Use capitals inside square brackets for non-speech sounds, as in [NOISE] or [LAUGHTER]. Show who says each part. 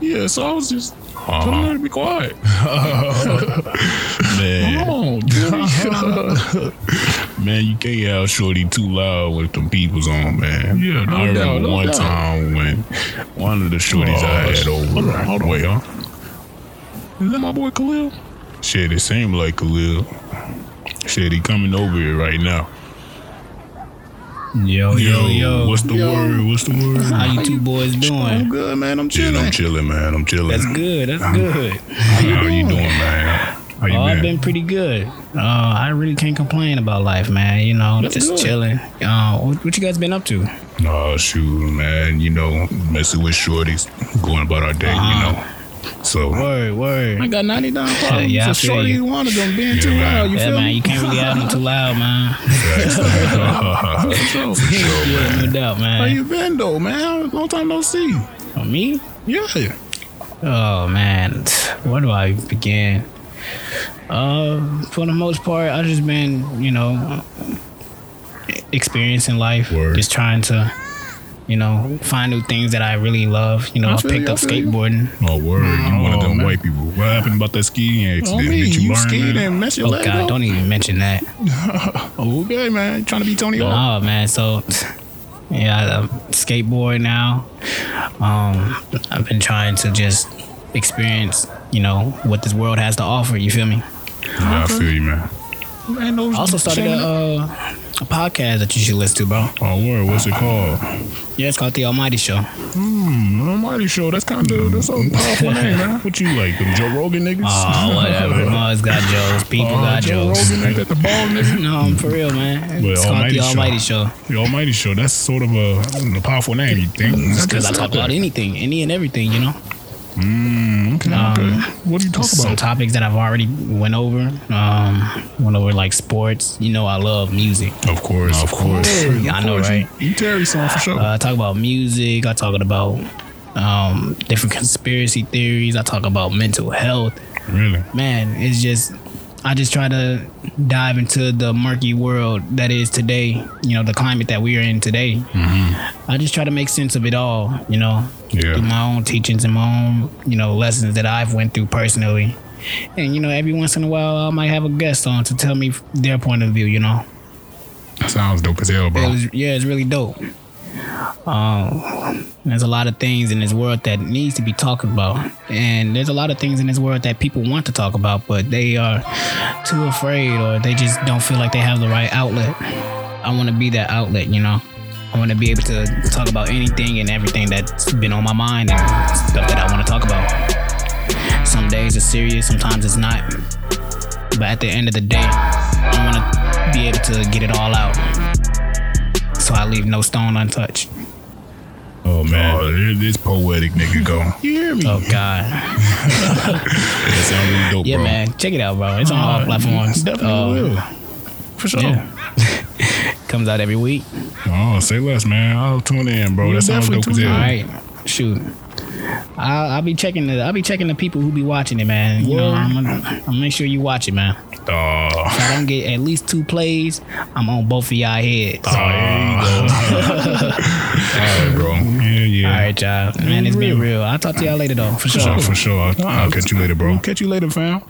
Speaker 1: Yeah, so I was just
Speaker 2: Uh-huh.
Speaker 1: telling her to be quiet. Come
Speaker 3: man,
Speaker 2: [LAUGHS]
Speaker 1: on, Jimmy. [LAUGHS]
Speaker 3: man, you can't have Shorty too loud with them peoples on, man.
Speaker 1: Yeah, no
Speaker 3: I remember
Speaker 1: doubt, no
Speaker 3: one
Speaker 1: doubt.
Speaker 3: time when one of the shorties I
Speaker 1: Oh,
Speaker 3: had over.
Speaker 1: hold on, hold on.
Speaker 3: Wait, huh?
Speaker 1: Is that my boy Khalil?
Speaker 3: Shit, it seemed like Khalil. Shit, he coming over here right now.
Speaker 2: Yo, yo, yo.
Speaker 3: what's the
Speaker 1: Oh, Yo.
Speaker 3: word? What's the
Speaker 2: How
Speaker 3: word?
Speaker 2: you two boys
Speaker 1: I'm
Speaker 2: doing?
Speaker 1: good, man. I'm
Speaker 3: Shit,
Speaker 1: chilling.
Speaker 3: I'm chilling, man. I'm chilling.
Speaker 2: That's good. That's good.
Speaker 3: How you, doing, man? How you
Speaker 2: Oh, I've
Speaker 3: been?
Speaker 2: been pretty good. Uh, I really can't complain about life, man. You know,
Speaker 1: That's
Speaker 2: just
Speaker 1: good.
Speaker 2: chilling. Uh, what, what you guys been up to?
Speaker 3: Nah, shoot, man. You know, messing with shorties, going about our day, you know. So,
Speaker 2: Word, word.
Speaker 1: I got 99 problems.
Speaker 2: Yeah, I
Speaker 1: so
Speaker 2: feel
Speaker 1: shorty,
Speaker 2: you.
Speaker 1: you wanted them being too
Speaker 3: Yeah,
Speaker 1: loud. You
Speaker 2: Yeah,
Speaker 1: feel
Speaker 2: man, you
Speaker 1: me?
Speaker 2: can't really have them too loud, man. [LAUGHS]
Speaker 3: [LAUGHS] man.
Speaker 1: So, [LAUGHS]
Speaker 2: yeah, no doubt,
Speaker 1: how
Speaker 2: man.
Speaker 1: you been though, man? Long time no see.
Speaker 2: Oh, me?
Speaker 1: Yeah.
Speaker 2: Oh man, where do I begin? Uh, for the most part, I've just been, you know, experiencing life,
Speaker 3: Word.
Speaker 2: just trying to, you know, find new things that I really love. You know,
Speaker 1: I
Speaker 2: I have
Speaker 1: feel
Speaker 2: picked
Speaker 1: you, I
Speaker 2: up
Speaker 1: feel you.
Speaker 2: skateboarding.
Speaker 3: Oh, word. You one of
Speaker 1: Oh,
Speaker 3: them
Speaker 1: man.
Speaker 3: white people. What happened about that skiing
Speaker 1: Oh,
Speaker 3: accident?
Speaker 1: me,
Speaker 3: Did you,
Speaker 1: you
Speaker 3: learn,
Speaker 1: skied
Speaker 3: man?
Speaker 1: and messed your
Speaker 2: Oh
Speaker 1: leg
Speaker 2: God,
Speaker 1: up.
Speaker 2: don't even mention that.
Speaker 1: Okay, man. Trying to be Tony Hawk.
Speaker 2: Oh man, so yeah, I skateboard now. Um, I've been trying to just experience, you know, what this world has to offer. You feel me?
Speaker 3: Yeah, I feel you, man.
Speaker 1: Ain't no
Speaker 2: I also started a,
Speaker 1: shaming it.
Speaker 2: uh, a podcast that you should listen to, bro.
Speaker 3: Oh, word. What's it called?
Speaker 2: Yeah, it's called The Almighty Show.
Speaker 1: Hmm, Almighty Show. That's kind of that's a
Speaker 2: [LAUGHS]
Speaker 1: powerful name, man.
Speaker 3: What you like? Them Joe Rogan niggas?
Speaker 2: Oh, whatever. [LAUGHS] Mars got jokes. People
Speaker 1: Oh,
Speaker 2: got
Speaker 1: Joe
Speaker 2: jokes. [LAUGHS]
Speaker 1: Rogan ain't that the ball nigga.
Speaker 2: No, I'm for real, man.
Speaker 3: Well,
Speaker 2: it's called
Speaker 3: Almighty
Speaker 2: The
Speaker 3: Show.
Speaker 2: Almighty Show.
Speaker 3: The Almighty Show. That's sort of a, a powerful name, you think?
Speaker 2: Because I talk about anything, any and everything, you know?
Speaker 3: Okay, okay. What do you talk
Speaker 2: Some
Speaker 3: about?
Speaker 2: topics that I've already went over. Um, went over like sports. You know I love music.
Speaker 3: Of course, of course. E
Speaker 2: Yeah, I know, right?
Speaker 1: You Terry song for sure.
Speaker 2: Uh, I talk about music. I talk about um, different [LAUGHS] conspiracy theories. I talk about mental health.
Speaker 3: Really?
Speaker 2: man, it's just I just try to dive into the murky world that is today. You know, the climate that we are in today. I just try to make sense of it all. You know,
Speaker 3: Yeah.
Speaker 2: through my own teachings and my own you know lessons that I've went through personally. And you know, every once in a while, I might have a guest on to tell me their point of view. You know,
Speaker 3: Sounds dope as hell,
Speaker 2: it
Speaker 3: bro.
Speaker 2: was yeah, it's really dope. Um, there's a lot of things in this world that needs to be talked about, and there's a lot of things in this world that people want to talk about, but they are too afraid, or they just don't feel like they have the right outlet. I want to be that outlet, you know. I want to be able to talk about anything and everything that's been on my mind and stuff that I want to talk about. Some days it's serious, sometimes it's not. But at the end of the day, I want to be able to get it all out so I leave no stone untouched.
Speaker 3: Oh man, oh, there this poetic nigga go.
Speaker 1: you hear me?
Speaker 2: Oh God,
Speaker 3: That sound really dope,
Speaker 2: yeah,
Speaker 3: bro.
Speaker 2: man, check it out, bro. It's on all
Speaker 1: Uh,
Speaker 2: platforms.
Speaker 1: Definitely
Speaker 2: Uh,
Speaker 1: will. For sure.
Speaker 2: Yeah. [LAUGHS] Comes out every week.
Speaker 3: Oh, say less, man. I'll tune in, bro.
Speaker 1: You
Speaker 3: that sounds
Speaker 1: definitely
Speaker 3: dope as
Speaker 1: tune
Speaker 3: hell.
Speaker 1: in.
Speaker 2: All right, shoot. I'll, I'll be checking the I'll be checking the people who be watching it, man. You know,
Speaker 1: Word.
Speaker 2: I'm gonna, I'm gonna make sure you watch it, man. If
Speaker 3: Oh,
Speaker 2: I don't get at least two plays, I'm on both of y'all heads.
Speaker 3: oh, there you go. All [LAUGHS] right, bro. Yeah,
Speaker 2: All
Speaker 3: yeah.
Speaker 2: right, y'all. Man, it's been
Speaker 1: Real.
Speaker 2: real. I'll talk to y'all later though,
Speaker 3: For
Speaker 2: for sure.
Speaker 3: sure, for sure. I'll, I'll catch you later, bro.
Speaker 1: Catch you later, fam.